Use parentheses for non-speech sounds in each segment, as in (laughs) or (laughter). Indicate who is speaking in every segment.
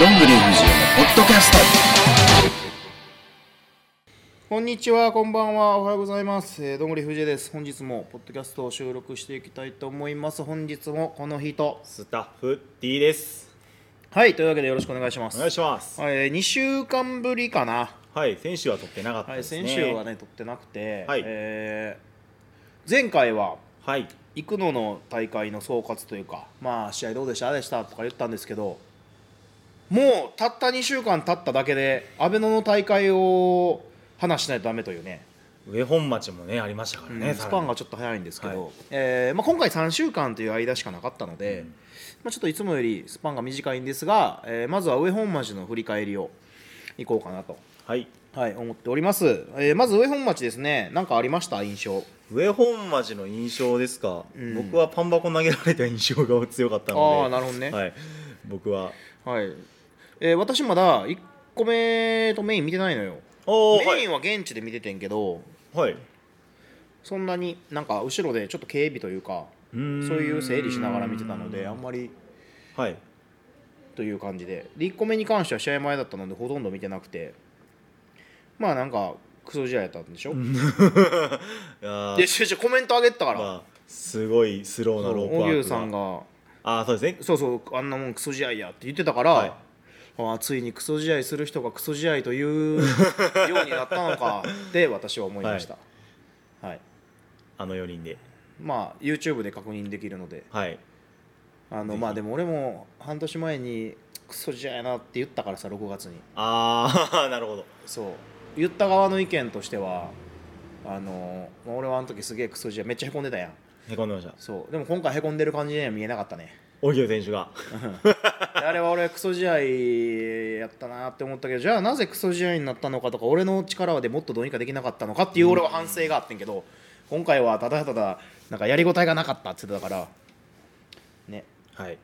Speaker 1: どんぐり藤枝のポッドキャスト
Speaker 2: こんにちは、こんばんは、おはようございます。えー、どんぐり藤江です。本日もポッドキャストを収録していきたいと思います。本日もこの人。
Speaker 3: スタッフ D です
Speaker 2: はい、というわけでよろしくお願いします。
Speaker 3: お願いします
Speaker 2: はい、えー、2週間ぶりかな。
Speaker 3: はい先週は撮ってなかった
Speaker 2: はい、
Speaker 3: ですね
Speaker 2: 先週はね、撮ってなくて、
Speaker 3: はい
Speaker 2: えー前回は
Speaker 3: はい
Speaker 2: 幾野の大会の総括というか、まあ、試合どうでした、ああでしたとか言ったんですけど、もうたった2週間経っただけで、阿部野の大会を話しないとダメというね。
Speaker 3: 上本町もねありましたからね、
Speaker 2: うん
Speaker 3: さらに
Speaker 2: スパンがちょっと早いんですけど、
Speaker 3: はい
Speaker 2: えーまあ、今回3週間という間しかなかったので、
Speaker 3: うん
Speaker 2: まあ、ちょっといつもよりスパンが短いんですが、えーまずは上本町の振り返りをいこうかなと、
Speaker 3: はい
Speaker 2: はい、思っております、えーまず上本町ですね何かありました印象
Speaker 3: 上本町の印象ですか、
Speaker 2: ん
Speaker 3: 僕はパン箱投げられた印象が強かったので
Speaker 2: あーなるほどね
Speaker 3: はい、僕は
Speaker 2: はい、えー私まだ1個目とメイン見てないのよ
Speaker 3: おー
Speaker 2: メインは現地で見ててんけど
Speaker 3: はい、はい、
Speaker 2: そんなになんか後ろでちょっと警備というか
Speaker 3: う
Speaker 2: そう
Speaker 3: ーん
Speaker 2: いう整理しながら見てたのであんまり
Speaker 3: はい
Speaker 2: という感じでで1個目に関しては試合前だったのでほとんど見てなくてまあなんかクソ試合やったんでしょ、い
Speaker 3: いや
Speaker 2: や違
Speaker 3: ー
Speaker 2: う違うコメントあげてたから、
Speaker 3: まあすごいスローなロープ
Speaker 2: 荻
Speaker 3: ワー
Speaker 2: 生
Speaker 3: ク
Speaker 2: さん
Speaker 3: が
Speaker 2: が
Speaker 3: ああそうですね
Speaker 2: そうそうあんなもんクソ試合やって言ってたから、
Speaker 3: はい
Speaker 2: ああついにクソ試合する人がクソ試合というようになったの
Speaker 3: (laughs)
Speaker 2: かって私は思いました、はい
Speaker 3: あの4人で
Speaker 2: まあ YouTube で確認できるので
Speaker 3: はい
Speaker 2: あのまあでも俺も半年前にクソ試合やなって言ったからさ6月に
Speaker 3: ああ (laughs) なるほど
Speaker 2: そう言った側の意見としてはあのまあ俺はあの時すげえクソじゃめっちゃへこんでたやん
Speaker 3: へこんでました
Speaker 2: そうでも今回へこんでる感じには見えなかったね
Speaker 3: 荻生選手が
Speaker 2: であれは俺クソ試合やったなって思ったけどじゃあなぜクソ試合になったのかとか俺の力でもっとどうにかできなかったのかっていう俺は反省があってんけど今回はただただなんかやりごたえがなかったって言ってたからね
Speaker 3: はい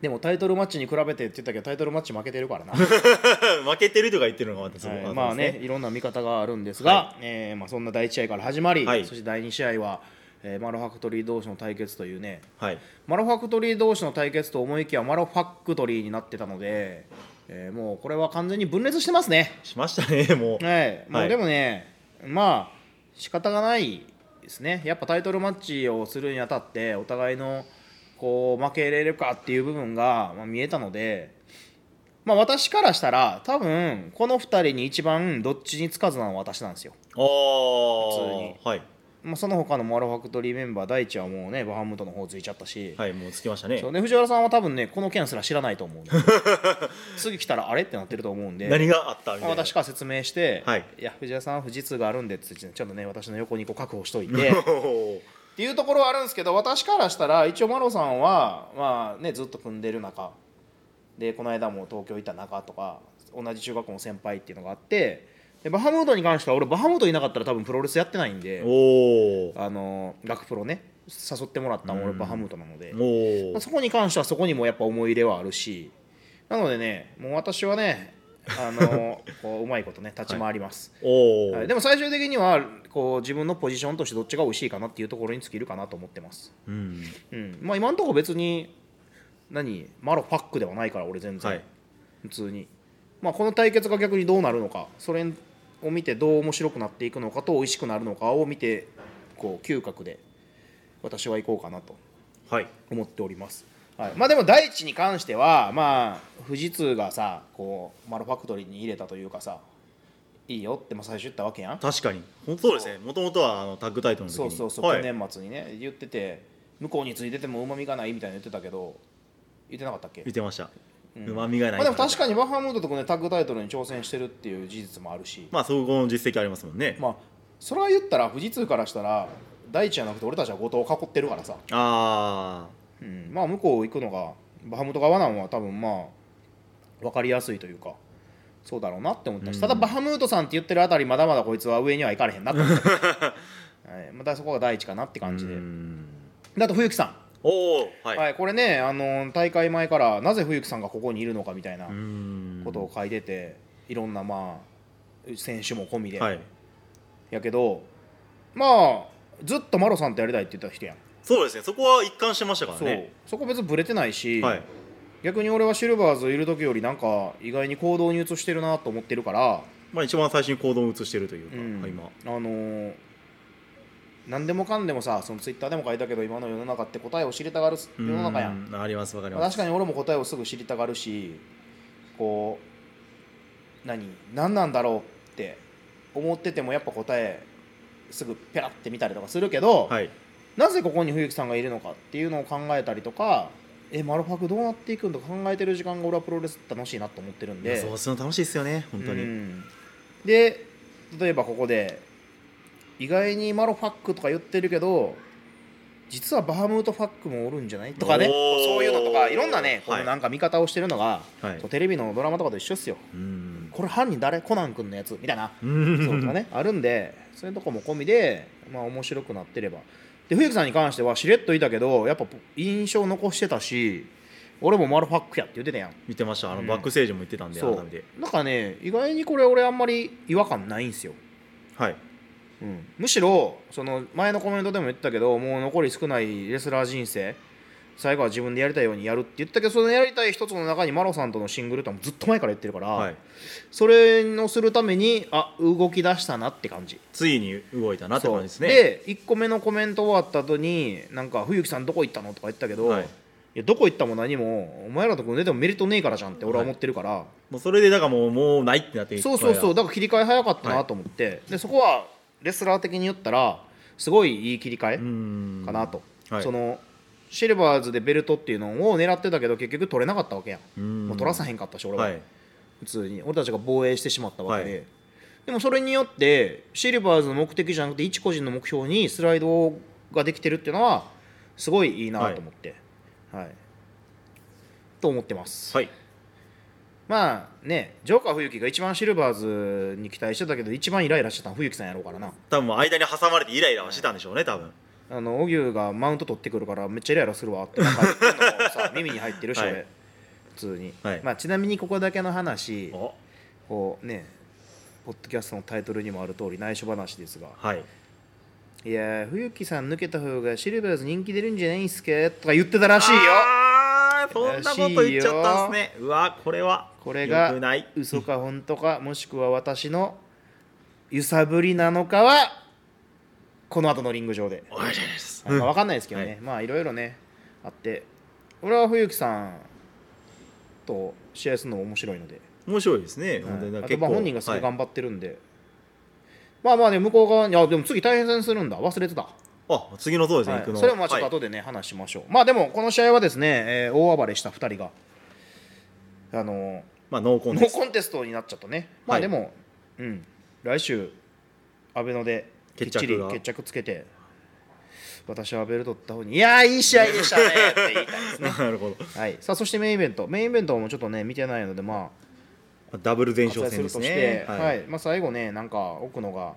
Speaker 2: でもタイトルマッチに比べてって言ったけどタイトルマッチ負けてるからな
Speaker 3: (laughs) 負けてるとか言ってるのがまたすごい、
Speaker 2: はい、まあね、いろんな見方があるんですが、
Speaker 3: は
Speaker 2: えーまあ、そんな第1試合から始まり、
Speaker 3: はい
Speaker 2: そして第2試合は、えーマロファクトリー同士の対決というね
Speaker 3: はい
Speaker 2: マロファクトリー同士の対決と思いきやマロファクトリーになってたので、えーもうこれは完全に分裂してますね、
Speaker 3: しましたねもう、
Speaker 2: はいも
Speaker 3: は
Speaker 2: う
Speaker 3: い
Speaker 2: でもねまあ仕方がないですねやっぱタイトルマッチをするにあたってお互いのこう負けれるかっていう部分が、まあ、見えたので、まあ、私からしたら多分この2人に一番どっちにつかずなのは私なんですよ、普
Speaker 3: おおはい
Speaker 2: まあ、その他のマロファクトリーメンバー第一はもうねバハムートの方ついちゃったし、
Speaker 3: はいもうつきましたね
Speaker 2: そうね、藤原さんは多分ねこの件すら知らないと思うんで次来たらあれってなってると思うんで
Speaker 3: 何があったみたいな
Speaker 2: 私から説明して、
Speaker 3: はい
Speaker 2: や藤田さん、富士通があるんでって言ってちょっとね、私の横にこう確保しといてっ
Speaker 3: おー
Speaker 2: ていうところはあるんですけど、私からしたら、一応、マロさんは、まあね、ずっと組んでる中、で、この間も東京行った中とか、同じ中学校の先輩っていうのがあって、でバハムートに関しては、俺、バハムートいなかったら、多分プロレスやってないんで、
Speaker 3: (laughs) おー
Speaker 2: あの学プロね、誘ってもらったの、俺、バハムートなので。
Speaker 3: お
Speaker 2: まあ
Speaker 3: ー
Speaker 2: そこに関してはそこにもやっぱ思い入れはあるしなのでねもう私はねあのこううまいことね立ち回ります、
Speaker 3: お
Speaker 2: はい
Speaker 3: ー
Speaker 2: でも最終的にはこう自分のポジションとしてどっちが美味しいかなっていうところに尽きるかなと思ってます、
Speaker 3: うん
Speaker 2: うんまあ、今のところ別に何マロファックではないから俺全然、
Speaker 3: はい
Speaker 2: 普通に、まあ、この対決が逆にどうなるのかそれを見てどう面白くなっていくのかと美味しくなるのかを見てこう嗅覚で私は行こうかなと
Speaker 3: はい
Speaker 2: 思っております、はい、まあでも第一に関してはまあ富士通がさこうマルファクトリーに入れたというかさいいよってまあ最初言ったわけやん
Speaker 3: 確かに本当ですねもともとはあのタッグタイトルの時
Speaker 2: そ
Speaker 3: に
Speaker 2: うそうそう、
Speaker 3: はい、
Speaker 2: 去年末にね言ってて向こうについててもうまみがないみたいなの言ってたけど言ってなかったっけ
Speaker 3: 言ってましたうまみが
Speaker 2: ま
Speaker 3: ない
Speaker 2: あでも確か
Speaker 3: に
Speaker 2: にバハムードとかねタッグタイトルに挑戦してるっていう事実もあるし
Speaker 3: まあ総合の実績ありますもんね、
Speaker 2: まあそれは言ったら富士通からしたら第一じゃなくて俺たちは後藤を囲ってるからさ
Speaker 3: あ
Speaker 2: うん、まあ向こう行くのがバハムト側なんは多分まあ分かりやすいというかそうだろうなって思ったし、ただバハムートさんって言ってるあたりまだまだこいつは上には行かれへん
Speaker 3: (laughs)
Speaker 2: なと思って、はい、またそこが第一かなって感
Speaker 3: あ
Speaker 2: じ
Speaker 3: う
Speaker 2: で、
Speaker 3: ん
Speaker 2: であと冬木さ
Speaker 3: おおは
Speaker 2: ん、
Speaker 3: い、
Speaker 2: はいこれね、あのー大会前からなぜ冬木さんがここにいるのかみたいな
Speaker 3: うん
Speaker 2: ことを書いてて、いろんなまあ選手も込みで、
Speaker 3: はい
Speaker 2: やけどまあずっとマロさんとやりたいって言ってた人やん
Speaker 3: そうですねそこは一貫してましたから
Speaker 2: そう
Speaker 3: ね
Speaker 2: そこ別にブレてないし、
Speaker 3: はい
Speaker 2: 逆に俺はシルバーズいる時よりなんか意外に行動に移してるなと思ってるから、
Speaker 3: まあ、一番最初に行動を移してるというか、
Speaker 2: うん
Speaker 3: はい今
Speaker 2: あのー何でもかんでもさそのツイッターでも書いたけど今の世の中って答えを知りたがる世の中やん
Speaker 3: うありますわかり
Speaker 2: まあ
Speaker 3: ます
Speaker 2: 確かに俺も答えをすぐ知りたがるしこう何何なんだろうって思っててもやっぱ答えすぐペラって見たりとかするけど、
Speaker 3: はい
Speaker 2: なぜここに冬木さんがいるのかっていうのを考えたりとかえマルファクどうなっていくんだ考えてる時間が俺はプロレス楽しいなと思ってるん
Speaker 3: いや
Speaker 2: で
Speaker 3: そうするの楽しいですよね本当に、
Speaker 2: うんで例えばここで意外にマロファックとか言ってるけど実はバハムートファックもおるんじゃないとかね
Speaker 3: おー
Speaker 2: そういうのとかいろんなねこ
Speaker 3: はい
Speaker 2: のなんか見方をしてるのが、
Speaker 3: はい
Speaker 2: こうテレビのドラマとかと一緒っすよ
Speaker 3: うん (laughs)
Speaker 2: これ犯人誰コナン君のやつみたいな
Speaker 3: うん
Speaker 2: そうとかねあるんでそういうとこも込みでまあ面白くなってればで冬木さんに関してはしれっといたけどやっぱ印象残してたし俺もマロファックやって言ってたやん
Speaker 3: 見てましたあ
Speaker 2: う
Speaker 3: の、
Speaker 2: ん
Speaker 3: バックステージも行ってたんで
Speaker 2: そ
Speaker 3: 改
Speaker 2: う
Speaker 3: めて
Speaker 2: なんかね意外にこれ俺あんまり違和感ないんですよ、
Speaker 3: はい
Speaker 2: むしろその前のコメントでも言ったけどもう残り少ないレスラー人生最後は自分でやりたいようにやるって言ったけどそのやりたい一つの中にマロさんとのシングルとはもうずっと前から言ってるから、
Speaker 3: はい
Speaker 2: それをするためにあ動き出したなって感じ
Speaker 3: ついに動いたなって
Speaker 2: そう
Speaker 3: 感じですね
Speaker 2: で1個目のコメント終わった後になんか「冬木さんどこ行ったの?」とか言ったけど、
Speaker 3: はい
Speaker 2: いやどこ行ったも何もお前らと組んでてもメリットねえからじゃんって俺は思ってるから、
Speaker 3: もうそれでだからもうもうないってなって
Speaker 2: そうそうそううだから切り替え早かったなと思って、でそこはレスラー的に言ったらすごいいい切り替
Speaker 3: ん
Speaker 2: えかなと、
Speaker 3: はい
Speaker 2: そのシルバーズでベルトっていうのを狙ってたけど結局取れなかったわけやん
Speaker 3: うん
Speaker 2: もう取らさへんかったし俺は、
Speaker 3: はい
Speaker 2: 普通に俺たちが防衛してしまったわけで、
Speaker 3: はい
Speaker 2: でもそれによってシルバーズの目的じゃなくて一個人の目標にスライドができてるっていうのはすごいいいなと思ってはい、と思ってます
Speaker 3: はい
Speaker 2: まあねジョーカー冬木が一番シルバーズに期待してたけど一番イライラしてたの冬木さんやろうからな
Speaker 3: 多分もう間に挟まれてイライラはしてたんでしょうね多分
Speaker 2: あの荻生がマウント取ってくるからめっちゃイライラするわって
Speaker 3: (laughs)
Speaker 2: なんか言ってんのもさ耳に入ってるし、
Speaker 3: はい
Speaker 2: 俺普通に、
Speaker 3: はい
Speaker 2: まあ、ちなみにここだけの話
Speaker 3: お
Speaker 2: こうねポッドキャストのタイトルにもある通り内緒話ですが
Speaker 3: はい
Speaker 2: 「いやー冬木さん抜けた方がシルバーズ人気出るんじゃないんすか?」とか言ってたらしいよ
Speaker 3: あーそんなこと言っちゃったんですねうわこれは
Speaker 2: これ
Speaker 3: 良
Speaker 2: が
Speaker 3: くない
Speaker 2: 嘘か本当かもしくは私の揺さぶりなのかはこの後のリング上で、
Speaker 3: おいしいです
Speaker 2: まあ、分かんないですけどね、
Speaker 3: はい
Speaker 2: まあいろいろねあって俺は冬木さんと試合するのも面白いので、
Speaker 3: 面白いですね本当
Speaker 2: はい
Speaker 3: にだか
Speaker 2: あ
Speaker 3: ら
Speaker 2: と
Speaker 3: 結
Speaker 2: まあ
Speaker 3: 構
Speaker 2: 本人がすごい
Speaker 3: はい
Speaker 2: 頑張ってるんで、まあまあね向こう側にあでも次対戦するんだ忘れてた
Speaker 3: あ次のそうですね
Speaker 2: はい
Speaker 3: 行くの
Speaker 2: それもまあちょっと
Speaker 3: はい
Speaker 2: 後でね、話しましょうまあでもこの試合はですね、えー大暴れした2人があのー
Speaker 3: まあ濃厚
Speaker 2: ノ
Speaker 3: で
Speaker 2: ー
Speaker 3: す
Speaker 2: コンテストになっちゃったねま
Speaker 3: は
Speaker 2: あ
Speaker 3: い
Speaker 2: でも、うん来週アベノできっ
Speaker 3: 決着
Speaker 2: ちり
Speaker 3: が
Speaker 2: 決着つけて私はベル取った方にいやーいい試合でしたねって言いたいですね
Speaker 3: (laughs) なるほど
Speaker 2: はいさあそしてメインイベントメインイベントもちょっとね見てないのでまあ
Speaker 3: ダブル前哨
Speaker 2: 割愛
Speaker 3: 戦ですね
Speaker 2: て、はいまあ、最後ねなんか奥野が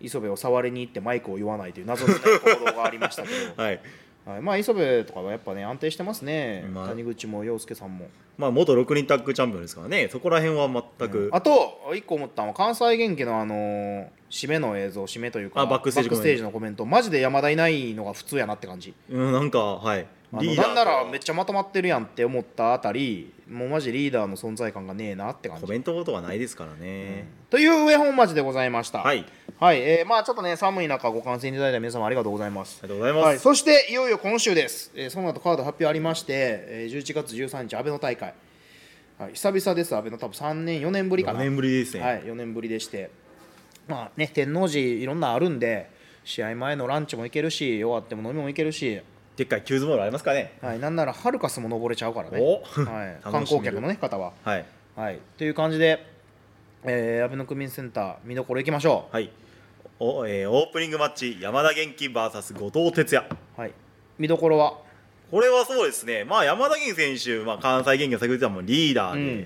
Speaker 2: 磯部を触りに行ってマイクを言わないという謎
Speaker 3: (laughs)
Speaker 2: の、ね、行動がありましたけど
Speaker 3: はい
Speaker 2: はい、まあ磯部とかはやっぱね安定してますね、
Speaker 3: まあ
Speaker 2: 谷口も陽介さんも、
Speaker 3: まあ元6人タッグチャンピオンですからねそこら辺は全く、
Speaker 2: あと一個思ったのは関西元気のあのー締めの映像締めというか
Speaker 3: あバックステージコメント
Speaker 2: のコメントマジで山田いないのが普通やなって感じ
Speaker 3: うんなんかはい
Speaker 2: あの
Speaker 3: と
Speaker 2: なんならめっちゃまとまってるやんって思ったあたりもうマジリーダーの存在感がねえなって感
Speaker 3: コ
Speaker 2: じ
Speaker 3: メントとはないですからね、
Speaker 2: という上本町でございました
Speaker 3: はいあり
Speaker 2: はいえーまあちょっとね寒い中ご観戦いただいた皆様ありがとうございます
Speaker 3: がとうございます、
Speaker 2: はい、そしていよいよ今週です、えーその後カード発表ありまして、えー11月13日、阿部の大会、はい、久々です、阿部の多分3年、4年ぶりか
Speaker 3: 4
Speaker 2: な、
Speaker 3: 年ぶりですね、
Speaker 2: はい、4年ぶりでして、まあね、天王寺、いろんなあるんで、試合前のランチも行けるし、終わっても飲みも行けるし、
Speaker 3: でっかいキューズボールありますかね
Speaker 2: はい、なんならハルカスも登れちゃうからね、
Speaker 3: お
Speaker 2: はい、
Speaker 3: (laughs) 楽しみ
Speaker 2: 観光客の、ね、方は、
Speaker 3: はい
Speaker 2: はい。という感じで、えー、阿部の区民センター、見どころ行きましょう。
Speaker 3: はいおえーオープニングマッチ山田元気 VS 後藤哲也
Speaker 2: はい、見どころは
Speaker 3: これはそうですね、まあ、山田元気選手、まあ、関西元気の先ほど言ったもうリーダー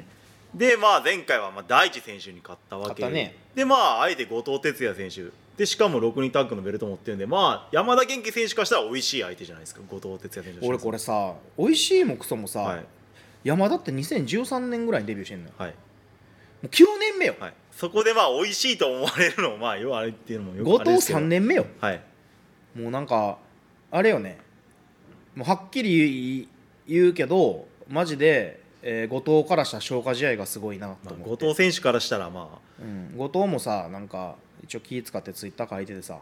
Speaker 3: で、で、まあ、前回はまあ大地選手に勝ったわ
Speaker 2: 勝
Speaker 3: け
Speaker 2: ったね
Speaker 3: で、まあ、あえて後藤哲也選手でしかも6人タッグのベルト持ってるんで、まあ、山田元気選手からしたら美味しい相手じゃないですか後藤哲也選手
Speaker 2: 俺これさ美味しいもクソもさ、
Speaker 3: はい
Speaker 2: 山田って2013年ぐらいにデビューしてんのよ
Speaker 3: はい
Speaker 2: もう9年目よ、
Speaker 3: はい、そこでまあ美味しいと思われるのもまあ要はあれっていうのもよ
Speaker 2: 後
Speaker 3: くあれで
Speaker 2: 藤
Speaker 3: すけど
Speaker 2: 3年目よ
Speaker 3: はい
Speaker 2: もうなんかあれよねもうはっきり言い言うけどマジで、えー後藤からしたら消化試合がすごいなと
Speaker 3: まあ
Speaker 2: 思って、
Speaker 3: 後藤選手からしたらまあ
Speaker 2: うん、後藤もさなんか一応気使ってツイッター書いててさ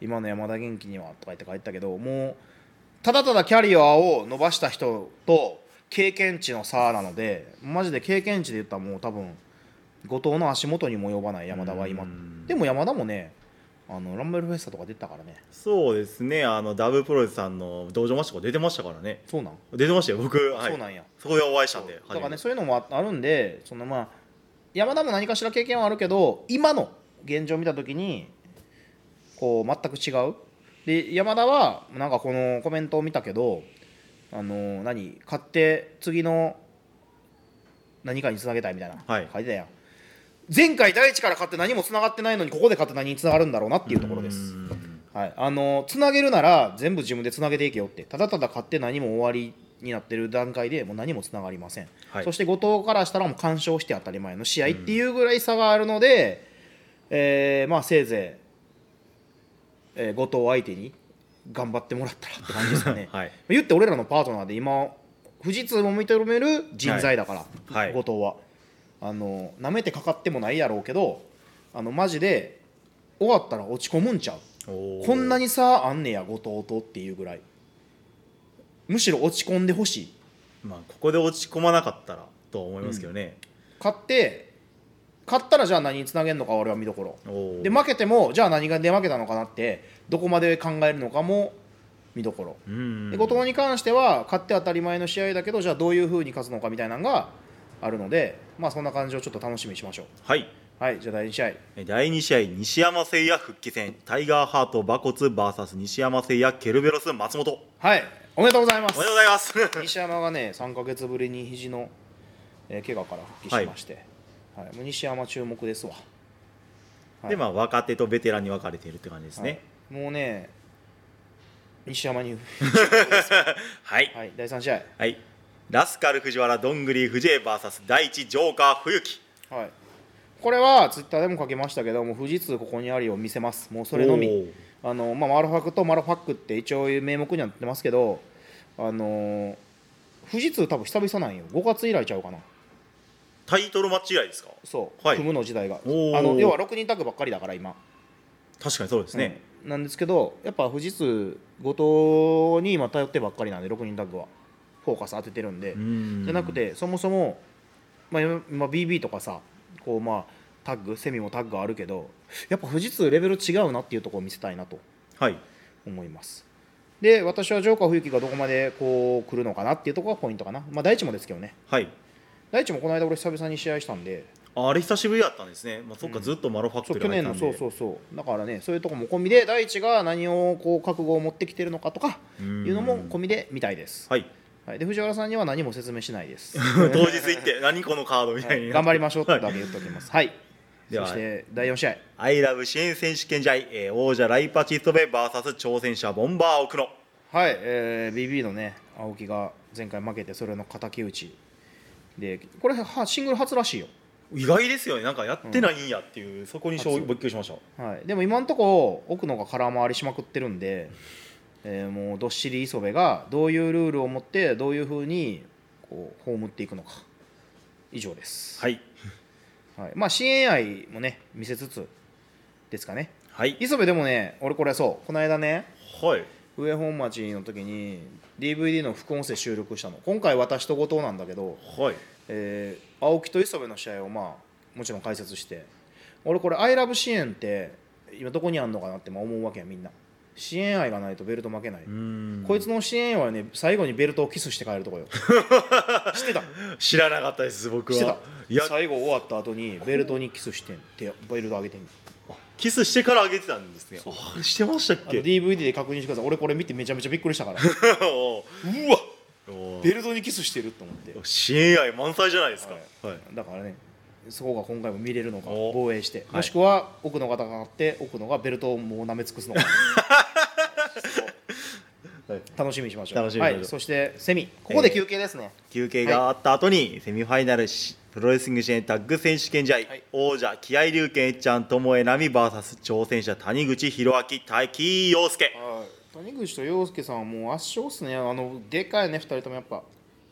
Speaker 2: 今の山田元気にはとか言って書いてたけどもうただただキャリアを伸ばした人と経験値の差なのでマジで経験値で言ったらもう多分後藤の足元にも及ばない山田は今
Speaker 3: うん
Speaker 2: でも山田もねあのランベルフェスタとか出てたからね
Speaker 3: そうですねあのダブプロレスさんの道場マッチとか出てましたからね
Speaker 2: そうなん、
Speaker 3: 出てましたよ僕、はい、
Speaker 2: そうなんや
Speaker 3: そこでお会いしたんで
Speaker 2: だからね
Speaker 3: 初
Speaker 2: そういうのもああるんでそのまあ山田も何かしら経験はあるけど今の現状を見た時にこう全く違うで山田はなんかこのコメントを見たけどあの何買って次の何かにつなげたいみたいな、
Speaker 3: はい
Speaker 2: 書いてたやん前回第一から買って何もつながってないのにここで買って何につながるんだろうなっていうところ
Speaker 3: めて
Speaker 2: です
Speaker 3: うん
Speaker 2: はい、あのつなげるなら全部自分でつなげていけよってただただ買って何も終わりになってる段階でもう何もつながりません、
Speaker 3: はい、
Speaker 2: そして後藤からしたらもう干渉して当たり前の試合っていうぐらい差があるので、えーまあ、せいぜい、えー後藤相手に頑張ってもらったらって感じですかね
Speaker 3: (laughs) はい
Speaker 2: 言って俺らのパートナーで今富士通も認める人材だから、
Speaker 3: はいはい
Speaker 2: 後藤はあの舐めてかかってもないやろうけどあのマジで終わったら落ち込むんちゃう
Speaker 3: おー
Speaker 2: こんなにさあんねや後藤とっていうぐらいむしろ落ち込んでほしい
Speaker 3: まあここで落ち込まなかったらとは思いますけどね、
Speaker 2: 勝って勝ったらじゃあ何につなげるのか俺は見どころ
Speaker 3: おー
Speaker 2: で負けてもじゃあ何がで負けたのかなってどこまで考えるのかも見どころ
Speaker 3: うん
Speaker 2: で後藤に関しては勝って当たり前の試合だけどじゃあどういうふうに勝つのかみたいなのがあるのでまあそんな感じをちょっと楽しみにしましょ
Speaker 3: はい。
Speaker 2: うはいじゃあ第2試合
Speaker 3: え第2試合、西山誠也復帰戦、タイガーハート、馬骨 VS 西山誠也、ケルベロス、松本。
Speaker 2: はいおめでとうございま
Speaker 3: お
Speaker 2: す
Speaker 3: めでとうございます。
Speaker 2: 西山がね3か月ぶりに肘の、えー怪我から復帰しまして、はいもう西山注目ですわ、はい
Speaker 3: で、まあ、若手とベテランに分かれているって感じですね。
Speaker 2: はいもうね西山に、
Speaker 3: (laughs) はい。
Speaker 2: はい、第3試合、
Speaker 3: はい。ラスカル藤原、どんぐり藤江 VS 第一ジョーカー、冬木。
Speaker 2: はい、これはツイッターでも書きましたけども富士通ここにありを見せますもうそれの
Speaker 3: お
Speaker 2: み
Speaker 3: ー
Speaker 2: あの、まあ、マルファクとマルファックって一応名目にはなってますけどあのー富士通多分久々なんよ5月以来ちゃうかな
Speaker 3: タイトルマッチ以来ですか
Speaker 2: そう、
Speaker 3: はい
Speaker 2: 組むの時代があ
Speaker 3: おー
Speaker 2: の要は6人タッグばっかりだから今
Speaker 3: 確かにそうですね。
Speaker 2: うんなんですけどやっぱ富士通後藤に今頼ってばっかりなんで6人タッグはフォーカス当ててるんで、
Speaker 3: うん
Speaker 2: じゃなく、てそもそも、まあ、今今 BB とかさこうまあタッグセミもタッグあるけどやっぱ富士通レベル違うなっていうところを見せたいなと
Speaker 3: はい。
Speaker 2: 思いますで私はジョーカー冬樹がどこまでこう来るのかなっていうところがポイントかなまあ大地もですけどね
Speaker 3: はい。
Speaker 2: 大地もこの間俺久々に試合したんで
Speaker 3: ああれ久しぶりだったんですね。まあ、そっか、ずっとマロファク
Speaker 2: そ
Speaker 3: ト
Speaker 2: う去
Speaker 3: リー入っ
Speaker 2: 年
Speaker 3: た
Speaker 2: の
Speaker 3: んで
Speaker 2: そうそうそうだからねそういうとこも込みで大地が何をこう覚悟を持ってきてるのかとか
Speaker 3: う
Speaker 2: い
Speaker 3: ん
Speaker 2: うのも込みでみたいです、
Speaker 3: はい。 (laughs)
Speaker 2: はい、で藤原さんには何も説明しないです、
Speaker 3: 当日行って、何このカードみた
Speaker 2: はいい
Speaker 3: になって。
Speaker 2: 頑張りましょうってだけ言っておきますはい
Speaker 3: では
Speaker 2: そして第4試合
Speaker 3: アイラブ支援選手権試合、えー王者ライパチストベ VS 挑戦者ボンバー奥野
Speaker 2: はい、えー BB のね青木が前回負けてそれの敵討ちでこれはシングル初らしいよ、
Speaker 3: 意外ですよねなんかやってないんやっていう、そこに衝
Speaker 2: あそう
Speaker 3: 撃びっくりしました
Speaker 2: はい、でも今のところ奥野が空回りしまくってるんで、えーもうどっしり磯部がどういうルールを持ってどういうふうにこう葬っていくのか以上です、
Speaker 3: はい
Speaker 2: はいまあ支援愛もね見せつつですかね
Speaker 3: はい
Speaker 2: 磯部でもね俺これそうこの間ね
Speaker 3: はい
Speaker 2: 上本町の時に DVD の副音声収録したの今回私と後藤なんだけど、
Speaker 3: はい
Speaker 2: えー青木と磯部の試合をまあもちろん解説して俺これ「アイラブ支援」って今どこにあんのかなってまあ思うわけやみんな支援愛がないとベルト負けない、
Speaker 3: うーん
Speaker 2: こいつの支援愛はね最後にベルトをキスして帰ると (laughs) こよ知ってた
Speaker 3: 知らなかったです僕
Speaker 2: 知ってた
Speaker 3: はや
Speaker 2: 最後終わった後にベルトにキスしてんってベルト上げてんの
Speaker 3: キスしてから上げてたんですねあしてましたっ
Speaker 2: あの
Speaker 3: け
Speaker 2: DVD で確認してください俺これ見てめちゃめちゃびっくりしたから
Speaker 3: (laughs)
Speaker 2: う
Speaker 3: お
Speaker 2: わ
Speaker 3: ーおー
Speaker 2: (laughs) ベルトにキスしてると思って
Speaker 3: 支援愛満載じゃないですかはい、
Speaker 2: だからねそこが今回も見れるのか
Speaker 3: お
Speaker 2: 防衛して
Speaker 3: い
Speaker 2: もしくは奥の方があって奥のがベルトをもう舐め尽くすのか
Speaker 3: (laughs) はい
Speaker 2: 楽しみにしましょう
Speaker 3: 楽しみにしましょう
Speaker 2: はい、そしてセミここで休憩ですね、
Speaker 3: 休憩があった後に、セミファイナルしプロレスリング支援タッグ選手権試合、
Speaker 2: い
Speaker 3: 王者気合龍拳えっちゃん友江奈美 VS 挑戦者谷口弘明滝井陽介
Speaker 2: はい谷口と陽介さんはもう圧勝っすねあのでかいね2人ともやっぱ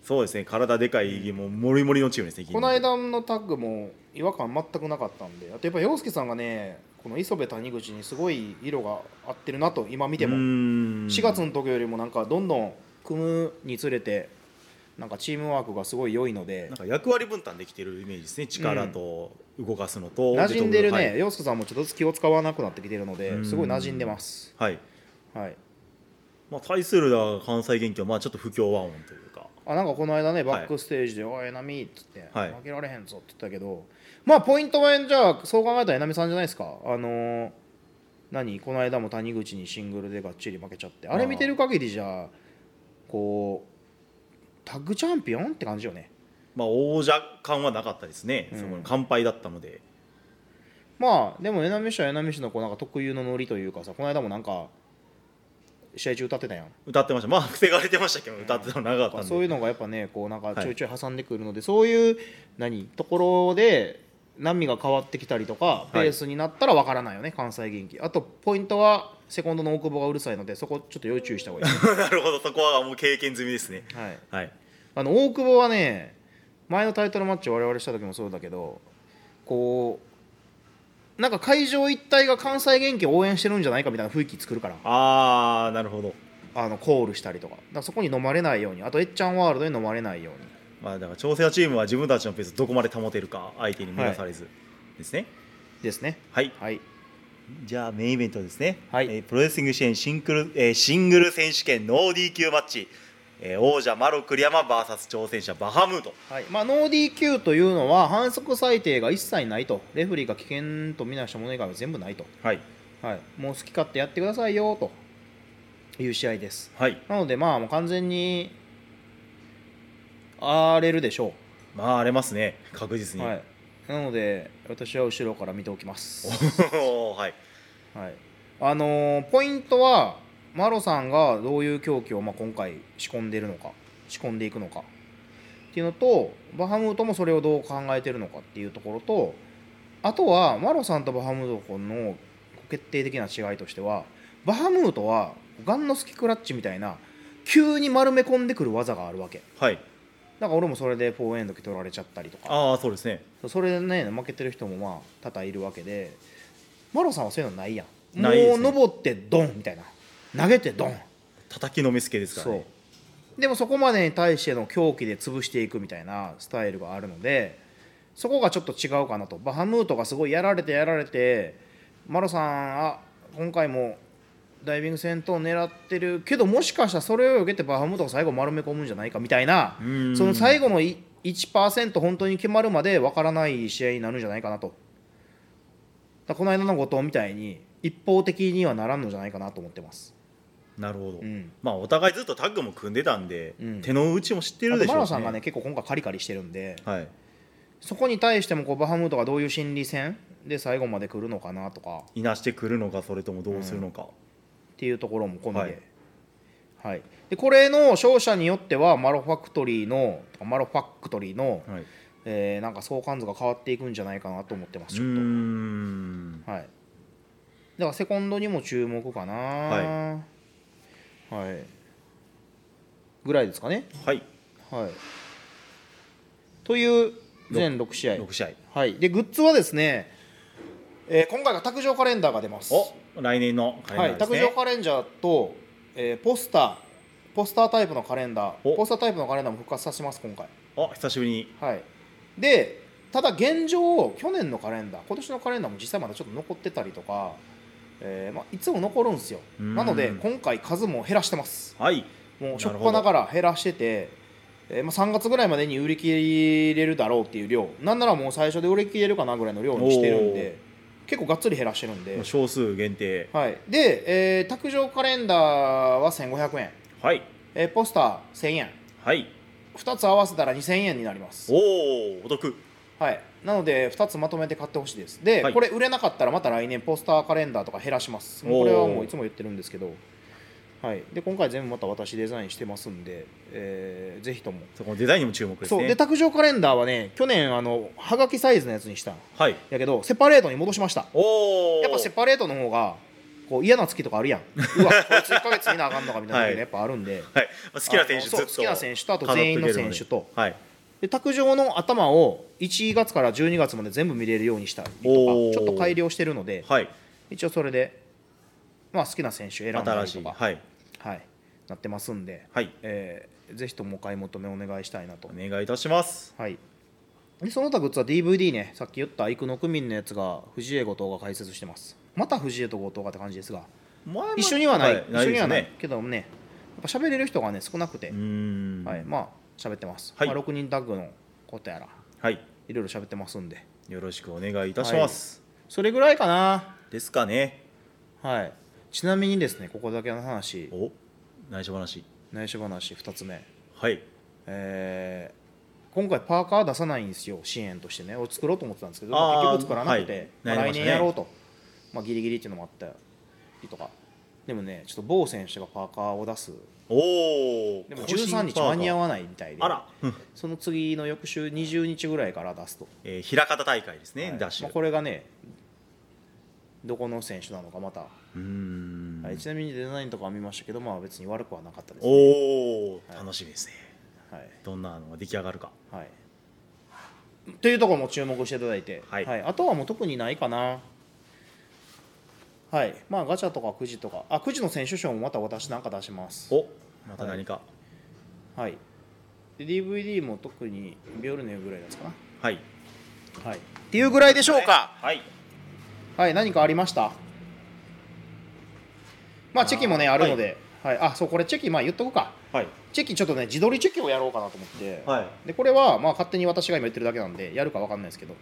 Speaker 3: そうですね体でかいもうモリモリのチームですね
Speaker 2: この間のタッグも違和感全くなかったんであとやっぱ洋介さんがねこの磯部谷口にすごい色が合ってるなと今見ても4
Speaker 3: 4
Speaker 2: 月の時よりもなんかどんどん組むにつれてなんかチームワークがすごい良いので
Speaker 3: なんか役割分担できてるイメージですね力と動かすのと、
Speaker 2: 馴染んでる
Speaker 3: はい
Speaker 2: ね洋介さんもちょっとずつ気を使わなくなってきてるので
Speaker 3: ん
Speaker 2: すごい馴染んでます
Speaker 3: はい、
Speaker 2: はい
Speaker 3: まあ、対するだ関西元気はまあちょっと不協和音というか
Speaker 2: あなんかこの間ね
Speaker 3: はい
Speaker 2: バックステージで「おいえなみ」っつって、
Speaker 3: はい
Speaker 2: 負けられへんぞ」って言ったけどまあポイントはじゃあそう考えたらえなみさんじゃないですかあのー何この間も谷口にシングルでがっちり負けちゃってあれ見てる限りじゃあこうタッグチャンピオンって感じよね
Speaker 3: まあ王者感はなかったですね、
Speaker 2: うん
Speaker 3: その完敗だったので
Speaker 2: まあでもえなみ氏はえなみ氏のこうなんか特有のノリというかさこの間もなんか試合中歌ってたやん
Speaker 3: 歌ってましたまあ防がれてましたけど歌ってたの長かったんで
Speaker 2: そういうのがやっぱねこうなんかちょいちょい挟んでくるので、そういう何ところで波が変わってきたりとか
Speaker 3: い
Speaker 2: ペースになったらわからないよね、関西元気あとポイントはセコンドの大久保がうるさいのでそこちょっと要注意した方がいい、
Speaker 3: (laughs) なるほどそこはもう経験済みですね
Speaker 2: はい、
Speaker 3: はい
Speaker 2: あの大久保はね前のタイトルマッチを我々した時もそうだけどこうなんか会場一体が関西元気を応援してるんじゃないかみたいな雰囲気作るから
Speaker 3: ああなるほど
Speaker 2: あのコールしたりとかだからそこに飲まれないようにあとえっちゃんワールドに飲まれないように
Speaker 3: まあだから調整チームは自分たちのペースをどこまで保てるか相手に乱されずですね
Speaker 2: ですね
Speaker 3: はい、
Speaker 2: はい
Speaker 3: じゃあメインイベントですね、
Speaker 2: はい
Speaker 3: えープロレスリング支援シンクル、えーシングル選手権ノー DQ マッチ、えー王者マロ栗山 VS 挑戦者バハムート
Speaker 2: はいまあ、ノー DQ というのは反則裁定が一切ないとレフェリーが危険と見なしたもの以外は全部ないと、
Speaker 3: はい
Speaker 2: はい、もう好き勝手やってくださいよという試合です
Speaker 3: はい
Speaker 2: なのでまあもう完全に荒れるでしょ
Speaker 3: まあ荒れますね確実
Speaker 2: う、
Speaker 3: に、
Speaker 2: はい、なので私は後ろから見ておきます、
Speaker 3: お (laughs) ーはい
Speaker 2: はい、あのーポイントはマロさんがどういう狂気をまあ今回仕込んでるのか仕込んでいくのかっていうのとバハムートもそれをどう考えてるのかっていうところとあとはマロさんとバハムートの決定的な違いとしてはバハムートはガンノスキクラッチみたいな急に丸め込んでくる技があるわけ
Speaker 3: はい
Speaker 2: だから俺もそれで4エンド取られちゃったりとか
Speaker 3: ああそうですね
Speaker 2: それでね負けてる人もまあ多々いるわけでマロさんはそういうのないやん
Speaker 3: ないですね
Speaker 2: もう登ってドンみたいな投げてドン
Speaker 3: 叩きのめすけですからね
Speaker 2: そうでもそこまでに対しての狂気で潰していくみたいなスタイルがあるのでそこがちょっと違うかなとバハムートがすごいやられてやられてマロさんあ今回もダイビング戦闘を狙ってるけどもしかしたらそれを受けてバハムートが最後丸め込むんじゃないかみたいな
Speaker 3: うん
Speaker 2: その最後のい1%本当に決まるまでわからない試合になるんじゃないかなとだからこの間の後藤みたいに一方的にはならんのじゃないかなと思ってます。
Speaker 3: なるほど、
Speaker 2: うん
Speaker 3: まあお互いずっとタッグも組んでたんで、
Speaker 2: うん
Speaker 3: 手の内も知ってる
Speaker 2: あ
Speaker 3: で
Speaker 2: と
Speaker 3: しょ
Speaker 2: マ
Speaker 3: う
Speaker 2: ロ
Speaker 3: し
Speaker 2: さんがね結構今回カリカリしてるんで
Speaker 3: はい
Speaker 2: そこに対してもこうバハムートがどういう心理戦で最後まで来るのかなとか
Speaker 3: いなしてくるのかそれともどうするのか、
Speaker 2: っていうところも込みで,、
Speaker 3: は
Speaker 2: はいいでこれの勝者によってはマロファクトリーのマロファクトリーの、
Speaker 3: はい、
Speaker 2: えーなんか相関図が変わっていくんじゃないかなと思ってます
Speaker 3: う
Speaker 2: ち
Speaker 3: ー
Speaker 2: ょっと。
Speaker 3: ん
Speaker 2: はい、だからセコンドにも注目かな
Speaker 3: は
Speaker 2: はい、ぐらいですかね
Speaker 3: はい
Speaker 2: はいという全6試合
Speaker 3: 6試合
Speaker 2: はいでグッズはですね、えー今回が卓上カレンダーが出ます
Speaker 3: お来年のカレン
Speaker 2: はい、
Speaker 3: ダー
Speaker 2: 卓
Speaker 3: ですね、
Speaker 2: 上カレンダーと、えーポスターポスタータイプのカレンダ
Speaker 3: お
Speaker 2: ーポスタータイプのカレンダーも復活させます今回
Speaker 3: あ久しぶりに
Speaker 2: はいでただ現状去年のカレンダー今年のカレンダーも実際まだちょっと残ってたりとか、えーまあ、いつも残るんですよ
Speaker 3: うん
Speaker 2: なので今回数も減らしてます
Speaker 3: はい
Speaker 2: もう
Speaker 3: な
Speaker 2: 初っ
Speaker 3: るほど
Speaker 2: 端から減らしてて、えーまあ、3月ぐらいまでに売り切れるだろうっていう量なんならもう最初で売り切れるかなぐらいの量にしてるんで結構がっつり減らしてるんで、
Speaker 3: 少数限定
Speaker 2: はい、で、えー卓上カレンダーは1500円、
Speaker 3: はい
Speaker 2: えーポスター1000円
Speaker 3: はい
Speaker 2: 2つ合わせたら2000円になります
Speaker 3: おおお得
Speaker 2: はい、なので2つまとめて買ってほしいですで、
Speaker 3: はい
Speaker 2: これ売れなかったらまた来年ポスターカレンダーとか減らしますもうこれはもういつも言ってるんですけど、はい、で今回全部また私デザインしてますんで、えーぜひとも
Speaker 3: そこのデザインにも注目です
Speaker 2: そう
Speaker 3: ね
Speaker 2: で卓上カレンダーはね去年あのはがきサイズのやつにしたん
Speaker 3: はい
Speaker 2: やけどセパレートに戻しました
Speaker 3: おお
Speaker 2: やっぱセパレートの方がこう嫌な月とかあるやんうわこいつ1か月見なあかんのかみたいなのがやっぱあるんで,、
Speaker 3: はいまあ、好きな選手ず
Speaker 2: あの
Speaker 3: っ
Speaker 2: そう
Speaker 3: と
Speaker 2: 好きな選手とあと全員の選手と
Speaker 3: 飾って
Speaker 2: で卓上の頭を1月から12月まで全部見れるようにしたりとかち
Speaker 3: お
Speaker 2: ょ
Speaker 3: ー
Speaker 2: っと改良してるので、
Speaker 3: くれるので
Speaker 2: 一応それで、まあ、好きな選手選ん
Speaker 3: はい
Speaker 2: だ
Speaker 3: 新
Speaker 2: り
Speaker 3: し
Speaker 2: と
Speaker 3: い
Speaker 2: か、
Speaker 3: はい
Speaker 2: はい、なってますんで、
Speaker 3: はい
Speaker 2: えーぜひともお買い求めお願いしたいなと
Speaker 3: お。願いいたします
Speaker 2: はい、でその他グッズは DVD ね、さっき言った生野区民のやつが藤江後藤が解説してます。また藤江と後藤がって感じですが、
Speaker 3: 前も
Speaker 2: 一緒にはない、
Speaker 3: はい
Speaker 2: 一緒にはない
Speaker 3: ですね
Speaker 2: けどもね、やっぱ喋れる人がね、少なくて、
Speaker 3: うーん
Speaker 2: はい、まあ、喋ってます。
Speaker 3: はい
Speaker 2: まあ、6人タッグのことやら、
Speaker 3: はい
Speaker 2: いろいろ喋ってますんで、
Speaker 3: よろしくお願いいたします、
Speaker 2: それぐらいかな。
Speaker 3: ですかね
Speaker 2: はい、ちなみにですね、ここだけの話、
Speaker 3: お内緒話
Speaker 2: 内緒話2つ目。
Speaker 3: はい
Speaker 2: えー今回パーカー出さないんですよ支援としてね俺作ろうと思ってたんですけど
Speaker 3: あー
Speaker 2: 結局作らなくて、
Speaker 3: はい
Speaker 2: まあ
Speaker 3: なり
Speaker 2: 来
Speaker 3: ました
Speaker 2: 年
Speaker 3: ね
Speaker 2: やろうと、まあ、ギリギリっていうのもあったりとかでもねちょっと某選手がパーカーを出す
Speaker 3: おお
Speaker 2: でも13日間に合わないみたいで
Speaker 3: あら、うん
Speaker 2: その次の翌週20日ぐらいから出すと、
Speaker 3: えー、枚方大会ですね、
Speaker 2: はい
Speaker 3: ダッシュ、
Speaker 2: まあこれがねどこの選手なのかまた、
Speaker 3: うーん、
Speaker 2: はいちなみにデザインとかは見ましたけどまあ別に悪くはなかったです、ね、
Speaker 3: おお、楽しみですね
Speaker 2: はい
Speaker 3: どんなのが出来上がるか
Speaker 2: はい、というところも注目していただいて、
Speaker 3: はい
Speaker 2: あとはもう特にないかな、はいまあ、ガチャとかくじとかあくじの選手賞もまた私なんか出します、
Speaker 3: おまた何か
Speaker 2: はい、で DVD も特にビオルネぐらいですか
Speaker 3: はい、
Speaker 2: な、はい、っていうぐらいでしょうか、
Speaker 3: はい
Speaker 2: はい、何かありましたまあチェキもね
Speaker 3: あー
Speaker 2: あるので、はいあそうこれチェキまあ言っとくか
Speaker 3: はい
Speaker 2: チェキちょっとね自撮りチェキをやろうかなと思って、
Speaker 3: はい
Speaker 2: でこれはまあ勝手に私が今言ってるだけなんでやるか分かんないですけど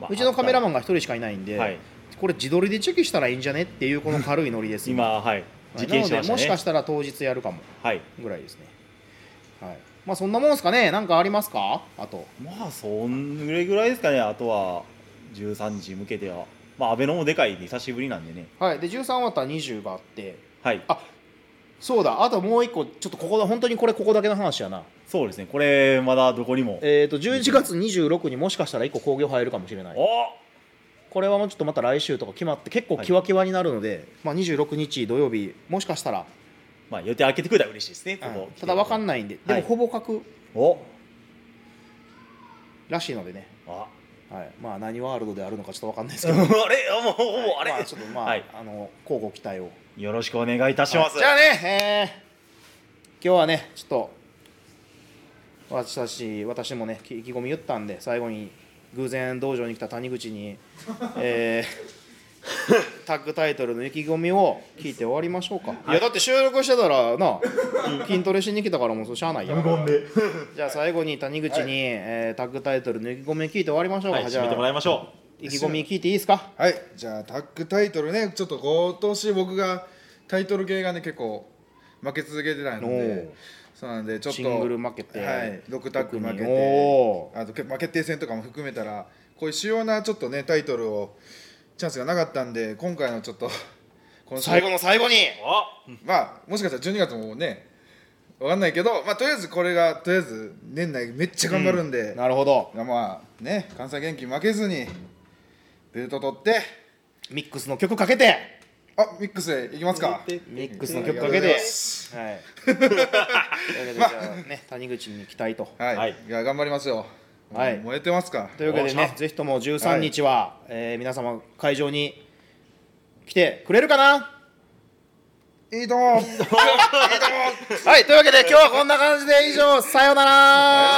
Speaker 3: まあ
Speaker 2: うちのカメラマ
Speaker 3: ン
Speaker 2: ンが一人しかいないんで、
Speaker 3: はい
Speaker 2: これ自撮りでチェキしたらいいんじゃねっていうこの軽いノリです
Speaker 3: 今はい
Speaker 2: はい
Speaker 3: 実験しま
Speaker 2: なので
Speaker 3: したね
Speaker 2: もしかしたら当日やるかも
Speaker 3: はい
Speaker 2: ぐらいですねはいまあそんなもんですかねなんかありますかあと
Speaker 3: まあそんぐらいぐらいですかねあとは13時向けてはまあ安倍のもでかいんで久しぶりなんでね
Speaker 2: はいで13終わったら20があって
Speaker 3: はい
Speaker 2: あそうだあともう一個ちょっとここだ本当にこれここだけの話やな
Speaker 3: そうですねこれまだどこにも
Speaker 2: えっ、と11月26にもしかしたら一個工業入るかもしれない
Speaker 3: お
Speaker 2: これはもうちょっとまた来週とか決まって結構キワキワになるので、まあ26日土曜日もしかしたら、
Speaker 3: まあ予定開けてくれたら嬉しいですねこ
Speaker 2: う
Speaker 3: こ
Speaker 2: んただ分かん
Speaker 3: ない
Speaker 2: ないんでで
Speaker 3: は
Speaker 2: も
Speaker 3: い
Speaker 2: ほぼ確
Speaker 3: お
Speaker 2: らしいのでね、
Speaker 3: あ (laughs)
Speaker 2: はい、まあ何ワールドであるのかちょっとわかんないです
Speaker 3: あ
Speaker 2: け
Speaker 3: れ (laughs)
Speaker 2: ど、
Speaker 3: もうもうあれ、
Speaker 2: はいまちょっとまあ、
Speaker 3: はい
Speaker 2: あの交互期待を
Speaker 3: よろしくお願いいたしま
Speaker 2: はい
Speaker 3: す、
Speaker 2: じゃあね、えー今日はねちょっと私たち私もねき意気込み言ったんで最後に偶然道場に来た谷口
Speaker 3: (laughs)
Speaker 2: に、えータッグタイトルの意気込みを聞いて終わりましょうか、い、やだって収録してたらな筋トレしに来たからもうそうしゃあないやんじゃあ最後に谷口に、えータッグタイトルの意気込みを聞いて終わりましょうか、
Speaker 3: はい、
Speaker 2: じ
Speaker 3: 締
Speaker 2: ゃあ
Speaker 3: めてもらいましょ
Speaker 2: 意気込み聞いていいですか
Speaker 1: はいじゃあタッグタイトルねちょっと今年僕がタイトル系がね結構負け続けてたん
Speaker 2: おー
Speaker 1: でそうなんでちょっと
Speaker 2: シングル負けて
Speaker 1: はい6タッグ負け
Speaker 2: 特にお
Speaker 1: てあとけ負け定戦とかも含めたらこういう主要なちょっとねタイトルをチャンスがなかったんで今回のちょっと (laughs) この
Speaker 2: 最後の最後に
Speaker 3: うお
Speaker 1: まあもしかしたら12月もねわかんないけどまあとりあえずこれがとりあえず年内めっちゃ頑張るんで、
Speaker 2: なるほど
Speaker 1: まあね関西元気負けずにベルト取って
Speaker 2: ミックスの曲かけて
Speaker 1: あミックスでいきますか
Speaker 2: ミックスの曲かけてはいというわけでじゃあね谷口に期待と
Speaker 1: はい、
Speaker 3: はい
Speaker 1: いや頑張りますよ、
Speaker 2: はい
Speaker 1: 燃えてますか
Speaker 2: というわけで
Speaker 3: お願いし
Speaker 2: ね
Speaker 3: ます
Speaker 2: ぜひとも13日はえー皆様会場に来てくれるかない
Speaker 1: いとも
Speaker 2: はいというわけで今日はこんな感じで以上さようなら